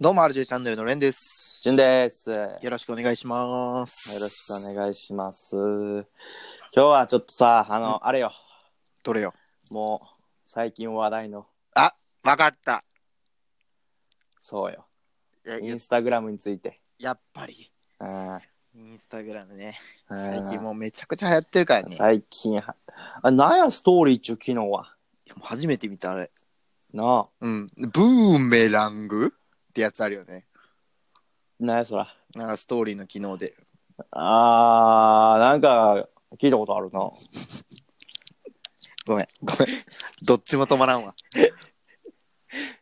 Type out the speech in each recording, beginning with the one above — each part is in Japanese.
どうも RJ チャンネルのレンです。じゅんです。よよろしくお願いします。ろしくお願いします。今日はちょっとさ、あの、あれよ、どれよ。もう最近話題の、わかった。そうよ、やインスタグラムについて。やっぱり、うんインスタグラムね。うん最近もうめちゃくちゃ流行ってるからね。最近は、あ、なんや、ストーリーっちゅう機能は。初めて見たあれ。なあ、うん。ブーメラングってやつあるよね。なんやそら。なんかストーリーの機能で。あー、なんか、聞いたことあるな。ごめん、ごめん。 どっちも止まらんわ。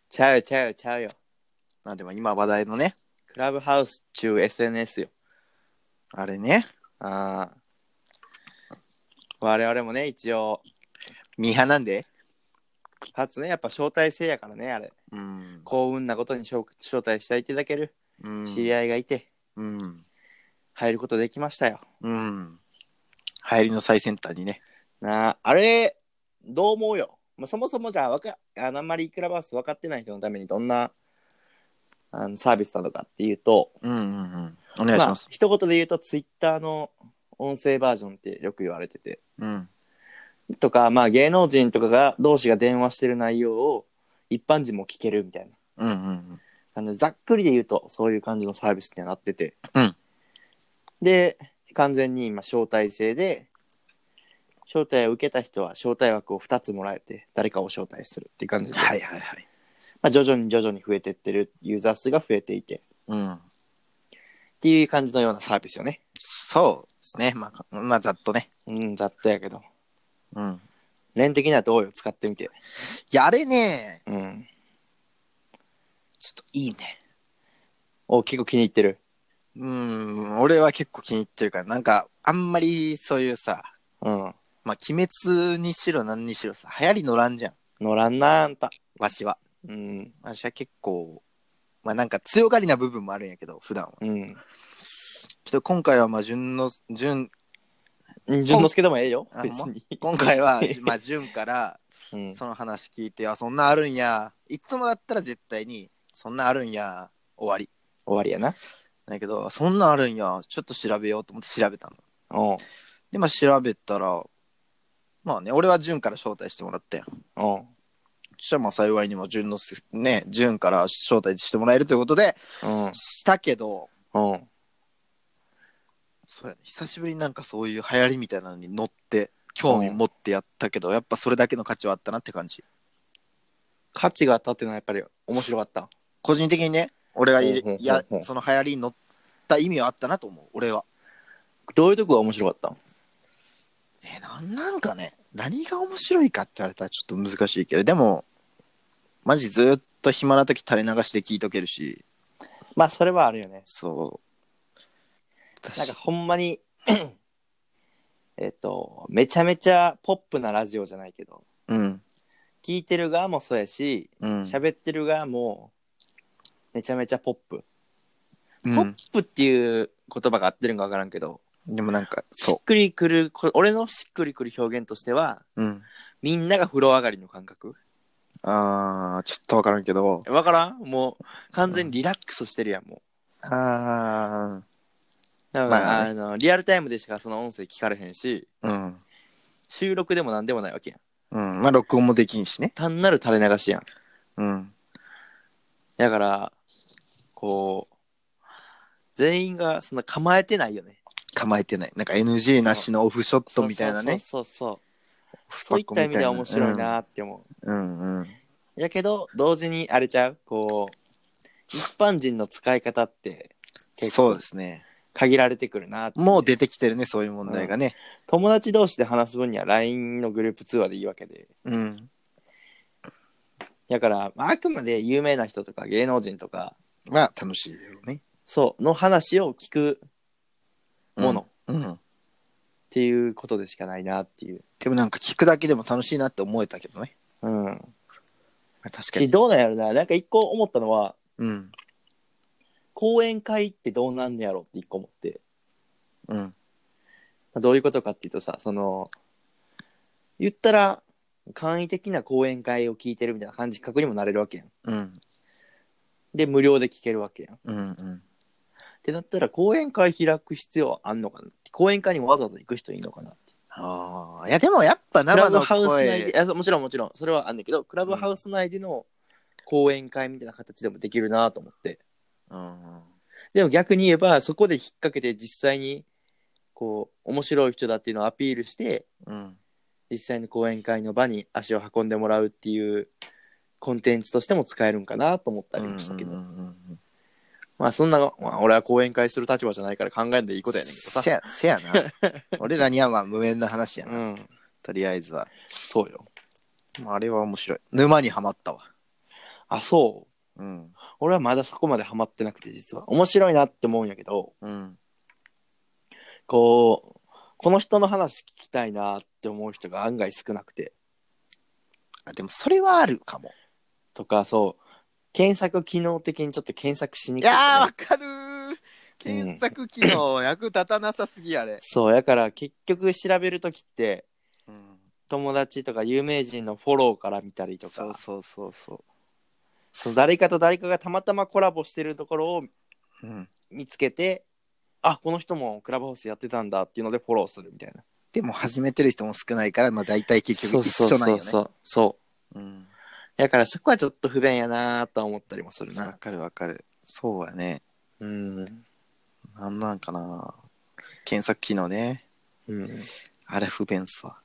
ちゃうよちゃうよちゃうよ。なんでも今話題のね、クラブハウスっちゅう SNS よ。あれね、あー。我々もね、一応、ミーハーなんで。かつね、やっぱ招待制やからね、あれ。うん。幸運なことに招招待していただけるうん知り合いがいてうん。入ることできましたよ。うん。流行りの最先端にね。なああれどう思うよ、まあ、そもそもじゃあわかあのあんまりクラブハウス分かってない人のためにどんなあのサービスなのかっていうとうんうんうん。お願いします。あ、一言で言うとツイッターの音声バージョンってよく言われててうん。とか、まあ、芸能人とかが同士が電話してる内容を一般人も聞けるみたいなうんうんうん。あのざっくりで言うとそういう感じのサービスにはなってて、うんで完全に今招待制で招待を受けた人は招待枠を2つもらえて誰かを招待するっていう感じで、はいはいはい。まあ、徐々に徐々に増えてってるユーザー数が増えていてっうん。ていう感じのようなサービスよねそうですね。まあ、まあ、ざっとね。うんざっとやけどうん。連的にはどうよ使ってみていや、あれね、うんちょっといいね。お結構気に入ってるうん、俺は結構気に入ってるから、なんか、あんまりそういうさ、うんまあ、鬼滅にしろ何にしろさ、流行り乗らんじゃん。乗らんなあんたわしは。うんわしは結構、まあなんか強がりな部分もあるんやけど、普段は。うんけど今回は、まあ、順の、順、うん淳之介でもええよあ別ほんまに今回 は、まあ、順から、うんその話聞いて、あ、そんなあるんや。いつもだったら絶対に、そんなあるんや、終わり。終わりやなだけど、そんなんあるんや、ちょっと調べようと思って調べたの。うんで、まあ調べたら、まあね、俺は潤から招待してもらって、うんそしたらまあ幸いにも潤のす、ね、潤から招待してもらえるということで、うんしたけど、うん。そうやね、久しぶりになんかそういう流行りみたいなのに乗って、興味持ってやったけど、やっぱそれだけの価値はあったなって感じ。価値が当たってるのはやっぱり面白かった。個人的にね、俺がいうんうんうんうんや、その流行りに乗った意味はあったなと思う、俺は。どういうとこが面白かったえー、なんなんかね、何が面白いかって言われたらちょっと難しいけど、でも、マジずっと暇な時垂れ流して聞いとけるし、まあそれはあるよね。そう。なん私かほんまに えっとめちゃめちゃポップなラジオじゃないけどうん、聞いてる側もそうやしうん。喋、ってる側もめちゃめちゃポップ、うポんップっていう言葉が合ってるんか分からんけどでもなんか、しそっくりくるこ俺のしっくりくる表現としてはう。うん。みんなが風呂上がりの感覚あー、ちょっとわからんけど、分からんもう完全にリラックスしてるやんもうあだから、まあねあのリアルタイムでしかその音声聞かれへんしー、うん。収録でも何でもないわけやんうん。まあ、録音もできんしね。単なる垂れ流しやんうん。だからこう全員がそんな構えてないよね構えてない。なんか NG なしのオフショットみたいなね。そうそうそうそうそうオいっフたパッ意ク味では面白いなうんって思う、うんうん。やけど同時にあれちゃうこう一般人の使い方って結そう構ですね。限られてくるなってもう出てきてるね、そういう問題がね。友達同士で話す分には LINE のグループ通話でいいわけでうん。だから、まあ、あくまで有名な人とか芸能人とかまあ、楽しいよね。そうの話を聞くものっうん。ていうことでしかないなっていう、でもなんか聞くだけでも楽しいなって思えたけどね。うん、確し。どうなんやろななんか一個思ったのはうん。講演会ってどうなんねやろって一個思って、うん。まあどういうことかっていうとさその言ったら簡易的な講演会を聞いてるみたいな感じ覚にもなれるわけやんうん。で、無料で聞けるわけやん。っうんうん。てなったら、講演会開く必要はあんのかなって講演会にわざわざ行く人いいのかなって。ああ。いや、でもやっぱク生ラブのハウス内で、い声。やそうもちろんもちろん、それはあんだけど、クラブハウス内での講演会みたいな形でもできるなと思って。うんうん。でも逆に言えば、そこで引っ掛けて実際に、こう、面白い人だっていうのをアピールして、うん。実際の講演会の場に足を運んでもらうっていうコンテンツとしても使えるんかなと思ったりもしたけど、うんうんうんうんまあそんな、まあ、俺は講演会する立場じゃないから考えんでいいことやねんけどさせやせやな 俺らにはまあ無縁な話やな、うんとりあえずはそうよまああれは面白い沼にはまったわあそううん俺はまだそこまでハマってなくて実は面白いなって思うんやけどうんこうこの人の話聞きたいなって思う人が案外少なくてあでもそれはあるかもとかそう検索機能的にちょっと検索しにいくくてねやーわかるー検索機能役立たなさすぎあれ、そうやから結局調べるときってうん、友達とか有名人のフォローから見たりとかそうそうそうそその誰かと誰かがたまたまコラボしてるところをう、うん、見つけてあこの人もクラブハウスやってたんだっていうのでフォローするみたいなでも始めてる人も少ないからまあ大体結局一緒なんよねそうそうそうそううんだからそこはちょっと不便やなとは思ったりもするわなかるわかるそうやねうん、なんなんかな検索機能ねうん、あれ不便っすわ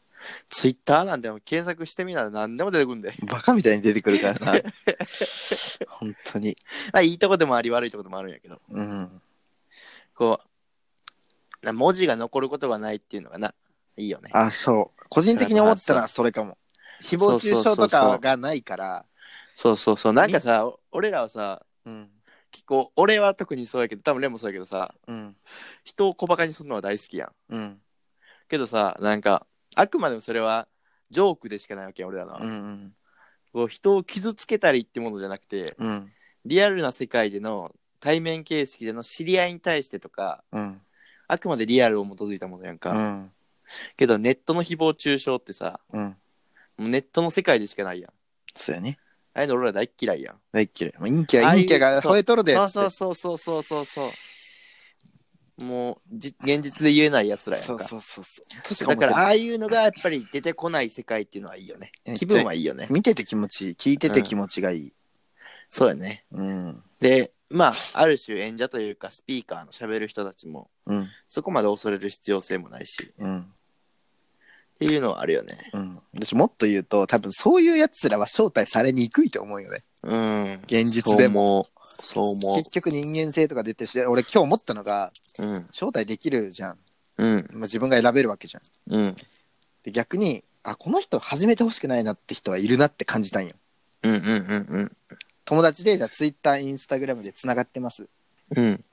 ツイッターなんても検索してみたら何でも出てくんで バカみたいに出てくるからな本当にあいいとこでもあり悪いとこでもあるんやけどうんこうな文字が残ることがないっていうのがないいよねあ、そう。個人的に思ったのはそれかも。誹謗中傷とかがないから。そうそうそうなんかさ俺らはさうん。結構俺は特にそうやけど多分レンもそうやけどさうん。人を小バカにするのは大好きやんうん。けどさなんかあくまでもそれはジョークでしかないわけよ俺らのは、うん。こう人を傷つけたりってものじゃなくてうん。リアルな世界での対面形式での知り合いに対してとかうん。あくまでリアルを基づいたものやんか、うん。けどネットの誹謗中傷ってさうん。もうネットの世界でしかないやんそうやね。ああいうの俺ら大っ嫌いやん大っ嫌い。もう陰キあャ、あい陰うキャが吠えとるでっつって。そうそうそうそうそうそうそうもうじ現実で言えないやつらやんかそうそうそうそう。だだかからら、ああいうのがやっぱり出てこない世界っていうのはいいよねうん気分はいいよね見てて気持ちいい。聞いてて気持ちがいい。そうやねうん。でまあある種演者というかスピーカーのしゃべる人たちもうん。そこまで恐れる必要性もないしうん。っていうのはあるよねうん。私もっと言うと、多分そういうやつらは招待されにくいと思うよね。うん現実でもそう思結局人間性とか出てるし、俺今日思ったのが、ううん招待できるじゃん。うんまあ、自分が選べるわけじゃん。うんで逆にあこの人始めてほしくないなって人はいるなって感じたんようんうんうん友達でじゃあツイッターインスタグラムでつながってますうんうん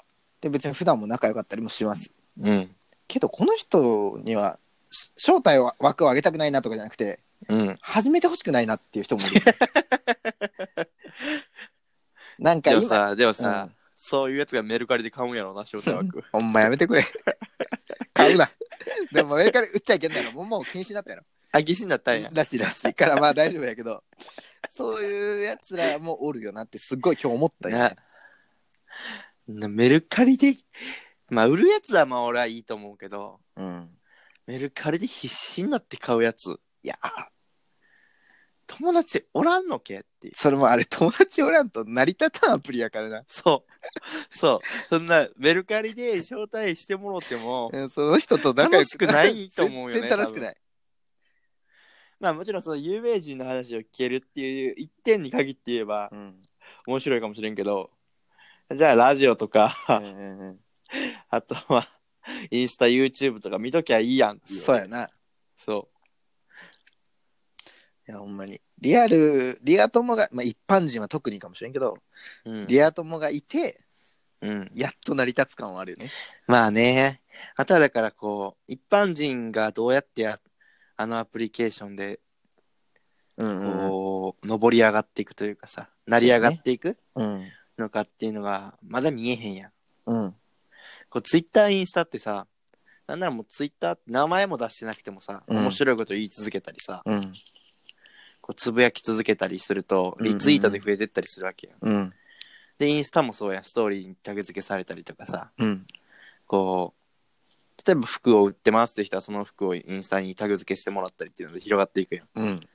で別に普段も仲良かったりもしますうんけどこの人にはし招待を枠を上げたくないなとかじゃなくてうん始めてほしくないなっていう人もい るなんかでも今さでもさ、うんそういうやつがメルカリで買うんやろうな招待 枠ほんまやめて くれ買うなでもメルカリ売っちゃいけんだろもうもう禁止になったやろあ疑心だったんやらしいらしいからまあ大丈夫やけどそういうやつらもおるよなってすっごい今日思ったよ、ねな、なメルカリでまあ売るやつはまあ俺はいいと思うけどうんメルカリで必死になって買うやついや友達おらんのけっていうそれもあれ友達おらんと成り立たんアプリやからな、そうそうそんなメルカリで招待してもろてもうん、その人と仲良楽しくないと思うよね全然楽しくないまあもちろんその有名人の話を聞けるっていう一点に限って言えばうん面白いかもしれんけどじゃあラジオとか、うんうんあとはインスタ YouTube とか見ときゃいいやんっていそうやないそやほんまにリアルリア友が、まあ、一般人は特にかもしれんけど、う、うんリア友がいてうん、やっと成り立つ感はあるよねまあねあとはだからこう一般人がどうやってやあのアプリケーションでうんうんこう、上り上がっていくというかさ成り上がっていくうんのかっていうのがまだ見えへんやんうんこうツイッターインスタってさなんならもうツイッターって名前も出してなくてもさ、うん面白いこと言い続けたりさうんこうつぶやき続けたりするとリツイートで増えてったりするわけやん、うんで、インスタもそうやん、ストーリーにタグ付けされたりとかさ、うん。こう、例えば服を売ってますって人は、その服をインスタにタグ付けしてもらったりっていうので広がっていくやん。だうん。か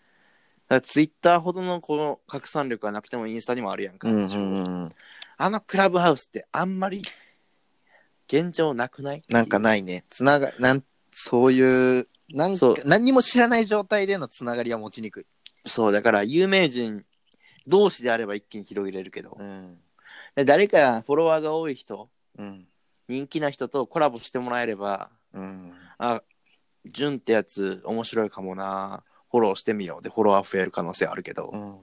らツイッターほどのこの拡散力はなくてもインスタにもあるやんか。うんうんうん。あのクラブハウスってあんまり現状なくないなんかないね。つなが、なん、そういう、なんそかう、何にも知らない状態でのつながりは持ちにくい。そう、だから有名人同士であれば一気に広げれるけど、うん。で誰かフォロワーが多い人、うん。人気な人とコラボしてもらえれば、うん。あ、ジュンってやつ面白いかもな、フォローしてみようでフォロワー増える可能性あるけど、うん。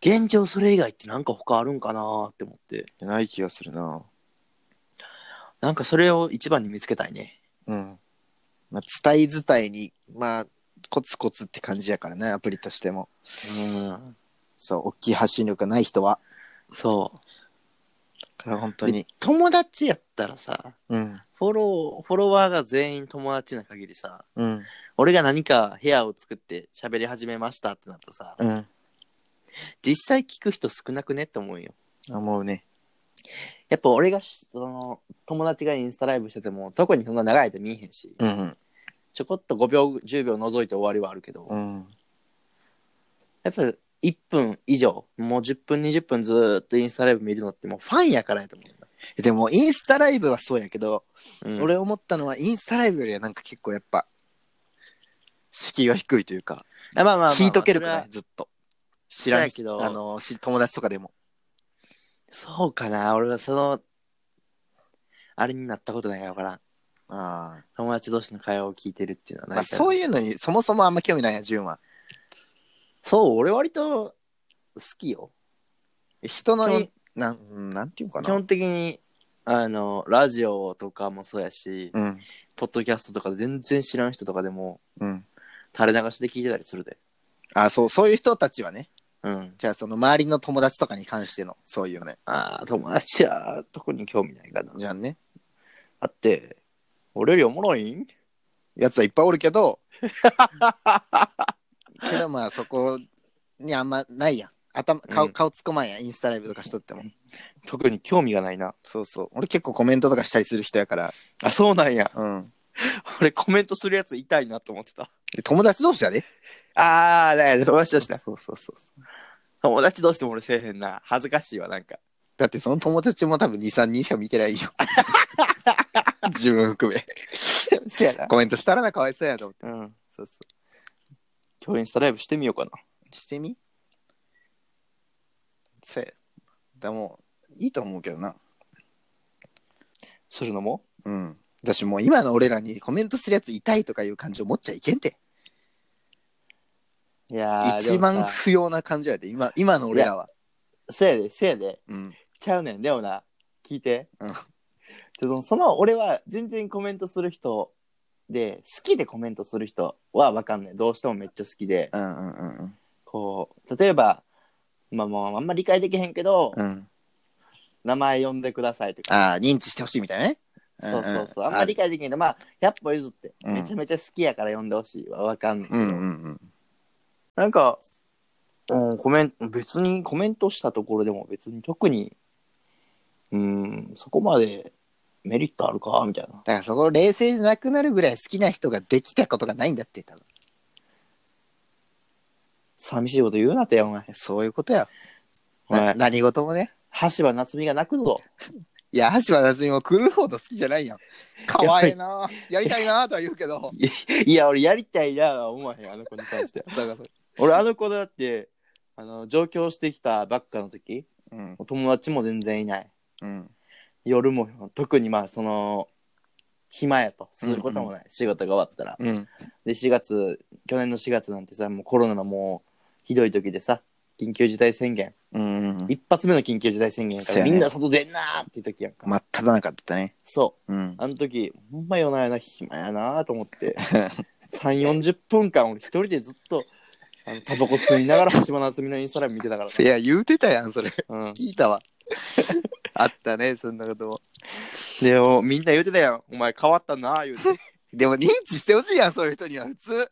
現状それ以外ってなんか他あるんかなって思って、ない気がするな。なんかそれを一番に見つけたいね。うん。まあ、伝え伝えに、まあ、コツコツって感じやからね、アプリとしても。うん、そう、大きい発信力がない人は。そう。だから本当に。友達やったらさ、うん。フォロー、フォロワーが全員友達な限りさ、うん。俺が何か部屋を作って喋り始めましたってなるとさ、うん。実際聞く人少なくねって思うよ。思うね。やっぱ俺がし、その、友達がインスタライブしてても、特にそんな長い間見えへんし、うん。ちょこっと5秒、10秒覗いて終わりはあるけど、うん。やっぱ1分以上、もう10分、20分ずーっとインスタライブ見るのってもうファンやからやと思うんだ。でも、インスタライブはそうやけど、うん、俺思ったのは、インスタライブよりはなんか結構やっぱ、敷居が低いというか、あ、まあまあまあまあ聞いとけるかそれら、はずっと。知らんそうやけどあの、し友達とかでも。そうかな、俺はその、あれになったことないから分からん。あ友達同士の会話を聞いてるっていうのはまなあ、いからそういうのにそもそもあんま興味ないや、純は。そう、俺割と好きよ。人の基い、なん、うんなんていうの基かな。本的に、あの、ラジオとかもそうやし、うん。ポッドキャストとか全然知らん人とかでもうん。垂れ流しで聞いてたりするで。あ、そう、そういう人たちはね。うん。じゃあ、その周りの友達とかに関しての、そういうね。ああ、友達は特に興味ないかな。じゃんね。あって、俺よりおもろい んやつはいっぱいおるけ ど、けどまあ、そこにあんまないやん。頭、顔、うん顔突っ込まんやん。インスタライブとかしとっても。特に興味がないな。そうそう。俺結構コメントとかしたりする人やから。あ、そうなんや。うん。俺コメントするやつ痛いなと思ってた。で友達同士やで。ああ、だよ、友達同士だ。そうそうそうそう。 友達同士でも俺せえへんな。恥ずかしいわ、なんか。だってその友達も多分2、3人しか見てないよ。 自分含め。せやな。コメントしたらな、かわいそうやと思って。うん。そうそ今日インスタライブしてみようかな。う。してみそうや。だもう、いいと思うけどな。するのもうん。私もう今の俺らにコメントするやつ痛いとかいう感情持っちゃいけんて。いやー一で番もさ不要な感情やで、今、今の俺らは。せやでせやでうん。ちゃうねんでもな聞いて、うんちょっとその俺は全然コメントする人で好きでコメントする人は分かんないどうしてもめっちゃ好きでうんうんうんこう例えばまあもうあんま理解できへんけど、うん。うん。名前呼んでくださいとかああ、認知してほしいみたいなね。そうそうそう、うんうんあんま理解できへんけどまあ100歩譲ってうんめちゃめちゃ好きやから呼んでほしいは分かんないけうど、んうんうん。なんか、うん、コメント、別にコメントしたところでも別に特に、うん、そこまでメリットあるかみたいな。だからそこ冷静じゃなくなるぐらい好きな人ができたことがないんだって多分寂しいこと言うなって、お前。そういうことや、お前な何事もね羽柴夏美が泣くぞ。 いや橋場夏美も来るほど好きじゃないやんかわいいなやりたいなとは言うけ どいや、俺やりたいな、思わへん、あの子に関しては。 そうかそうか俺、あの子だって、あの、上京してきたばっかの時、うんお友達も全然いない。うん夜も、特にまあ、その、暇やと。することもない。仕事が終わったら。うんで4月去年の4月なんてさもうコロナのもうひどい時でさ緊急事態宣言うん一発目の緊急事態宣言やかそうやら、ねみんな外出んなーっていう時やんか、真っ只中だったねそうんうあの時ほんま夜な夜な暇やなーと思って 3四4 0分間俺一人でずっとあのタバコ吸いながら橋本夏美のインスタライブ見てたからいや言うてたやんそれ な、うん、聞いた わあったねそんなこともでおみんな言うてたやんお前変わったなー言うてでも認知してほしいやんそういう人には普通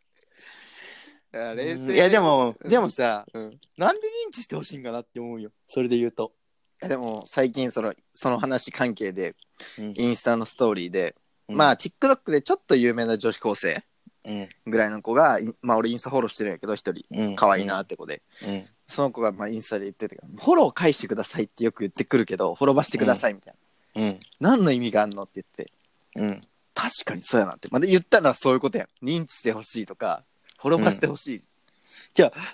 だから冷静いやでもうんでもさうんなんで認知してほしいんかなって思うよそれで言うとやでも最近そのその話関係でうんインスタのストーリーで、うんまあ TikTok でちょっと有名な女子高生うんぐらいの子がいまあ俺インスタフォローしてるんやけど一人うん可愛いなって子で、うんその子がまあインスタで言ってたけどフォロー返してくださいってよく言ってくるけどフォローばしてくださいみたいうんな、何の意味があんのって言ってうん確かにそうやなってまあで言ったらそういうことやん認知してほしいとかフォローばしてほしい、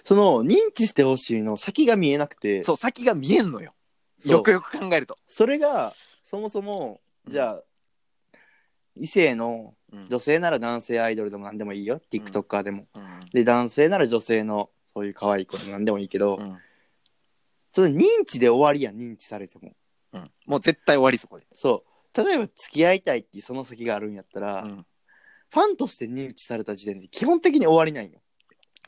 その認知してほしいの先が見えなくてそう先が見えんのよそうよくよく考えると、それがそもそもじゃあ、異性のうん女性なら男性アイドルでも何でもいいよ TikToker でも、うんで男性なら女性のそういう可愛い子でも何でもいいけど、うんその認知で終わりやん認知されてもうんもう絶対終わりそこで、そう例えば付き合いたいっていうその先があるんやったら、うんファンとして認知された時点で基本的に終わりないよ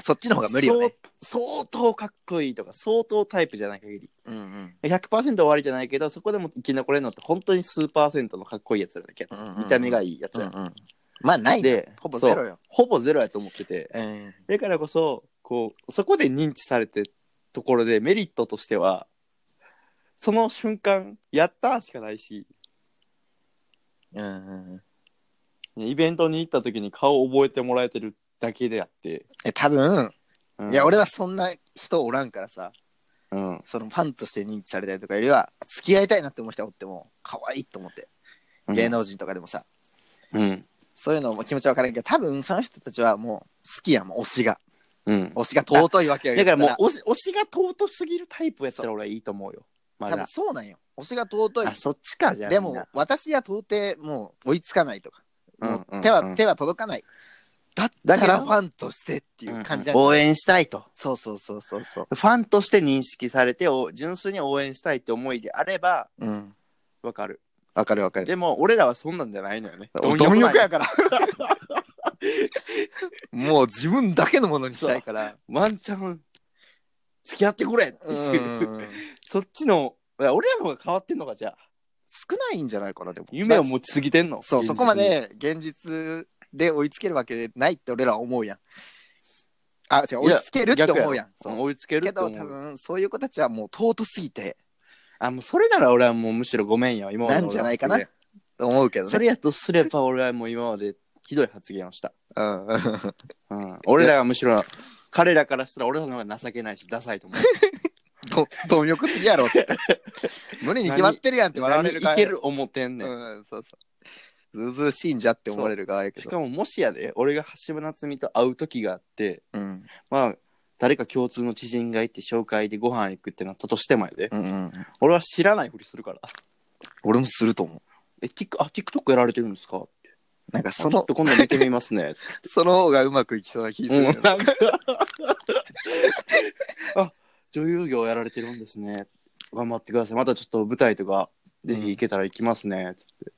そっちの方が無理よねそう相当かっこいいとか相当タイプじゃない限りうんうん100%終わりじゃないけどそこでも生き残れるのって本当に数パーセントのかっこいいやつらだけ、うんうんうん見た目がいいやつうんら、うんまあないねでほぼゼロそうよほぼゼロやと思っててうんだからこそこうそこで認知されてところでメリットとしてはその瞬間やったーしかないしうんうんイベントに行った時に顔を覚えてもらえてるだけであって、え多分、うんいや俺はそんな人おらんからさうんそのファンとして認知されたりとかよりは付き合いたいなって思う人がおっても可愛いと思って芸能人とかでもさ、うんそういうのも気持ちわからんけど多分その人たちはもう好きやもん推しがうん推しが尊いわけよだからも言ったう推し推しが尊すぎるタイプやったら俺はいいと思うよま多分だそうなんよ推しが尊いあそっちかじゃあでみんなも私は到底もう追いつかないとか、うんもううん手は、うん手は届かないだっだたかららファンとしてっていう感じだ、うん応援したいとそうそうそうそうそうファンとして認識されてお純粋に応援したいって思いであればうんわかるわかるわかるでも俺らはそんなんじゃないのよねドンなんよ横やから もう自分だけのものにしたいからワンチャン付き合ってくれうんそっちのいや俺らの方が変わってんのかじゃあ少ないんじゃないかなでも夢を持ちすぎてんのそう現実そにこまで現実で追いつけるわけないって俺らは思うやんあ違うい追やいつけるって思うやんそうそう追いつけるけとど思多う分そういう子たちはもう尊すぎてあもうそれなら俺はもうむしろごめんよ今までなんじゃないかな思うけどそね。れやとすれば俺はもう今までひどい発言をした、うん。 うん、俺らはむしろ彼らからしたら俺らの方が情けないしダサいと思うと、貪欲すぎやろって。 無理に決まってるやんって 笑われる何側いける思ってんねん、うん、そうそう。ずうずうしいんじゃって思われる側やけしど。かももしやで俺が橋場夏美と会う時があってうん。まあ誰か共通の知人がいて紹介でご飯行くってなったとしてもやでうんうん。俺は知らないふりするから俺もすると思う。 「えティックあ TikTok やられてるんですか?」なんかそそのちょのっ、と今度見てみますね」その方がうま くいきそうな気するうよん、なんか あ女優業やられてるんですね頑張ってくださいまたちょっと舞台とかぜひ行けたら行きますね、つって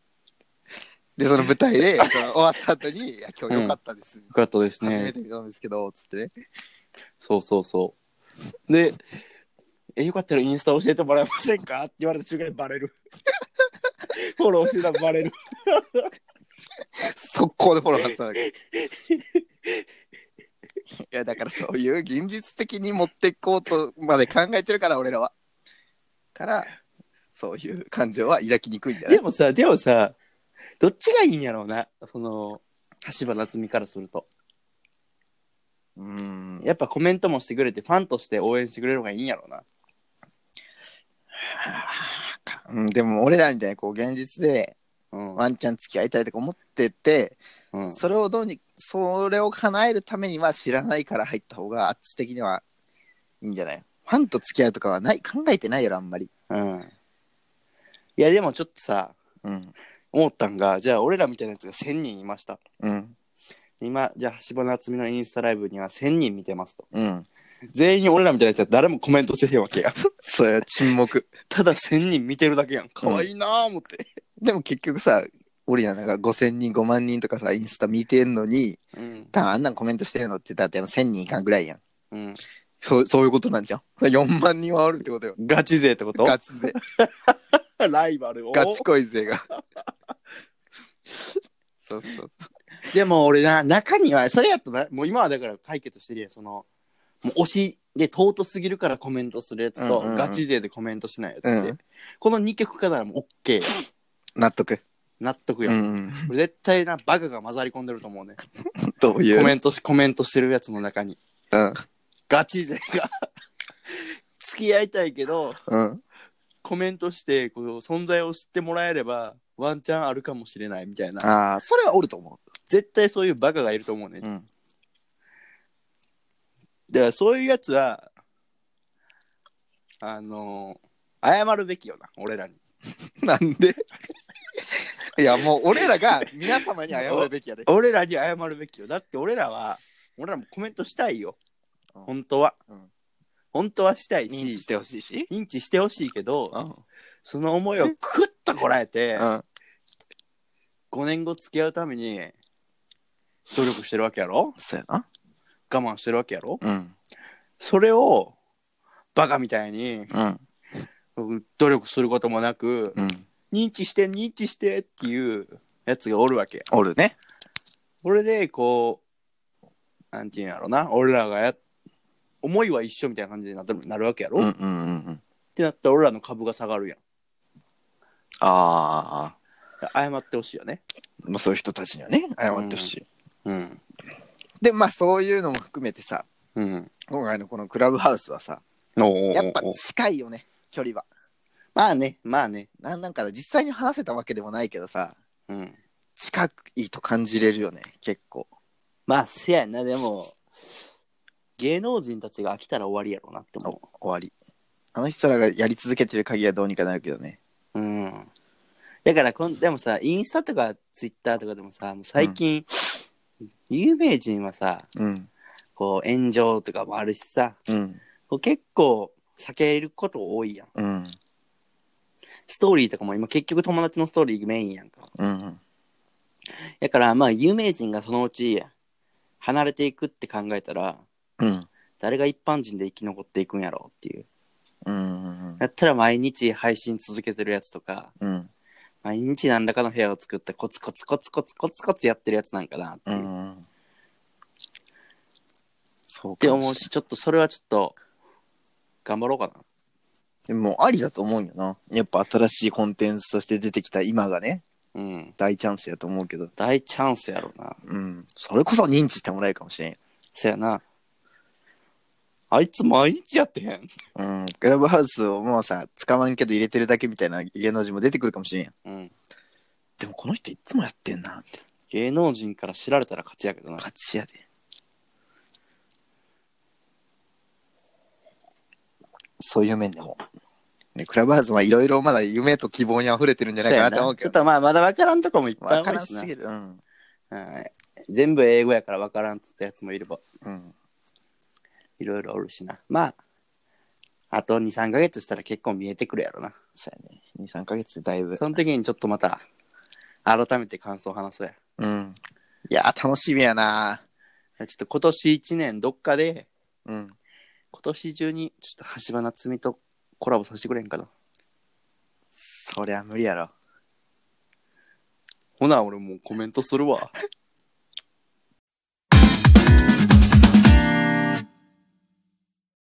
で、その舞台で、その終わった後に、いや、今日良かったです。よかったです初めねてなんですけど、つってね。そうそうそうでえよかったらインスタ教えてもらえませんかって言われた瞬間にバレる フォローしてたらバレる速攻でフォロー外さ なきゃ。いや、だからそういう現実的に持ってこうとまで考えてるから、俺らは。から、そういう感情は抱きにくいんじゃなでいもさでもさどっちがいいんやろうなその橋場夏美からするとうーん。やっぱコメントもしてくれてファンとして応援してくれるのがいいんやろうなうん、でも俺らみたいにこう現実でうん、ワンチャン付き合いたいとか思ってて、うん、それをどうにそれを叶えるためには知らないから入った方があっち的にはいいんじゃないファンと付き合うとかはない考えてないやろあんまり、うんいやでもちょっとさうん思ったんがじゃあ俺らみたいなやつが1000人いましたうん今じゃあ橋場夏美のインスタライブには1000人見てますとうん全員俺らみたいなやつは誰もコメントせへんわけやそうよ沈黙ただ1000人見てるだけやんかわいいなあ思って、でも結局さ、俺らなんか5000人、5万人とかさ、インスタ見てんのに、うん多分あんなんコメントしてるのって、だってあの1000人いかんぐらいやん。うん、そうそういうことなんじゃん。4万 人はおるってことよ。ガチ勢ってことガチ勢。ライバルをガチ恋勢が。 そうそう。でも俺な中にはそれやったらもう今はだから解決してるやんそのもう推しで、尊すぎるからコメントするやつと、うんうんうんガチ勢でコメントしないやつで、うんこの2曲かならもう OK よ。納得。納得うよ。ん。これ絶対な、バカが混ざり込んでると思うね。どういう。コメントし、コメントしてるやつの中に。うん。ガチ勢が。 付き合いたいけど、うん。コメントして、こう存在を知ってもらえれば、ワンチャンあるかもしれないみたいな。ああ、それはおると思絶対そういうバカがいると思うね。う。うん。だからそういうやつは、あの謝るべきよな、俺らに。なんで いや、もう俺らが皆様に謝るべきやで。俺らに謝るべきよ。だって俺らは、俺らもコメントしたいよ。うん本当は。うん本当はしたいし、認知てほ しいし。してほしいけうど、ん。その思いをクッとこらえてう、ん。 5年後付き合うために、努力してるわけやろそうやな。我慢してるわけやろうん。それを、バカみたいに、うん。努力することもなく、うん。認知して、認知してっていうやつがおるわけ。おるね。これでこうなんていうんやろな俺らがや思いは一緒みたいな感じになってるなるわけやろ、うんうっんうんうん。てなったら俺らの株が下がるやんああ。謝ってほしいよねまあそういう人たちにはね、謝ってほしい。うんで、まあそういうのも含めてさ、うん今回のこのクラブハウスはさ、おやっぱ近いよね、距離は。まあねまあねなんなんかな実際に話せたわけでもないけどさ、うん近いと感じれるよね、結構。まあせやなで も芸能人たちが飽きたら終わりやろうなって思お終わり。あの人らがやり続けてる限りはどうにかなるけどね。ううんだからこんでもさインスタとかツイッターとかでもさもう最近、有名人はさうん。こう炎上とかもあるしさうん。こう結構避けること多いやんうん。ストーリーとかも今結局友達のストーリーメインやんか。うん。だからまあ有名人がそのうち離れていくって考えたら、うん。誰が一般人で生き残っていくんやろうっていう。うん。だったら毎日配信続けてるやつとか、うん。毎日何らかの部屋を作ってコツコツコツコツコツコツやってるやつなんかなって,、うっん。そうてかもしれ思なういし、ちょっとそれはちょっと頑張ろうかな。でもありだと思うんよな。やっぱ新しいコンテンツとして出てきた今がね、うん。大チャンスやと思うけど。大チャンスやろうな。うん。それこそ認知してもらえるかもしれんよ。そやな。あいつ毎日やってへん。うん。クラブハウスをもうさ、使わんけど入れてるだけみたいな芸能人も出てくるかもしれんやん。うん。でもこの人いつもやってんなって。芸能人から知られたら勝ちやけどな。勝ちやで。そういう面でも。ね、クラブハウスはいろいろまだ夢と希望に溢れてるんじゃないかなと思うけちょっどね。とまあまだ分からんとこもいっぱいわあかるらんしなすぎる。うん。はい全部英語やから分からんっつったやつもいればうん。いろいろおるしなまああと23ヶ月したら結構見えてくるやろなそうやね。2、3ヶ月でだいぶ。その時にちょっとまた改めて感想を話そうやうん。いやー、楽しみやな。ちょっと今年1年どっかでうん。今年中にちょっと橋場夏美とコラボさせてくれへんかなそりゃ無理やろ。ほな俺もうコメントするわ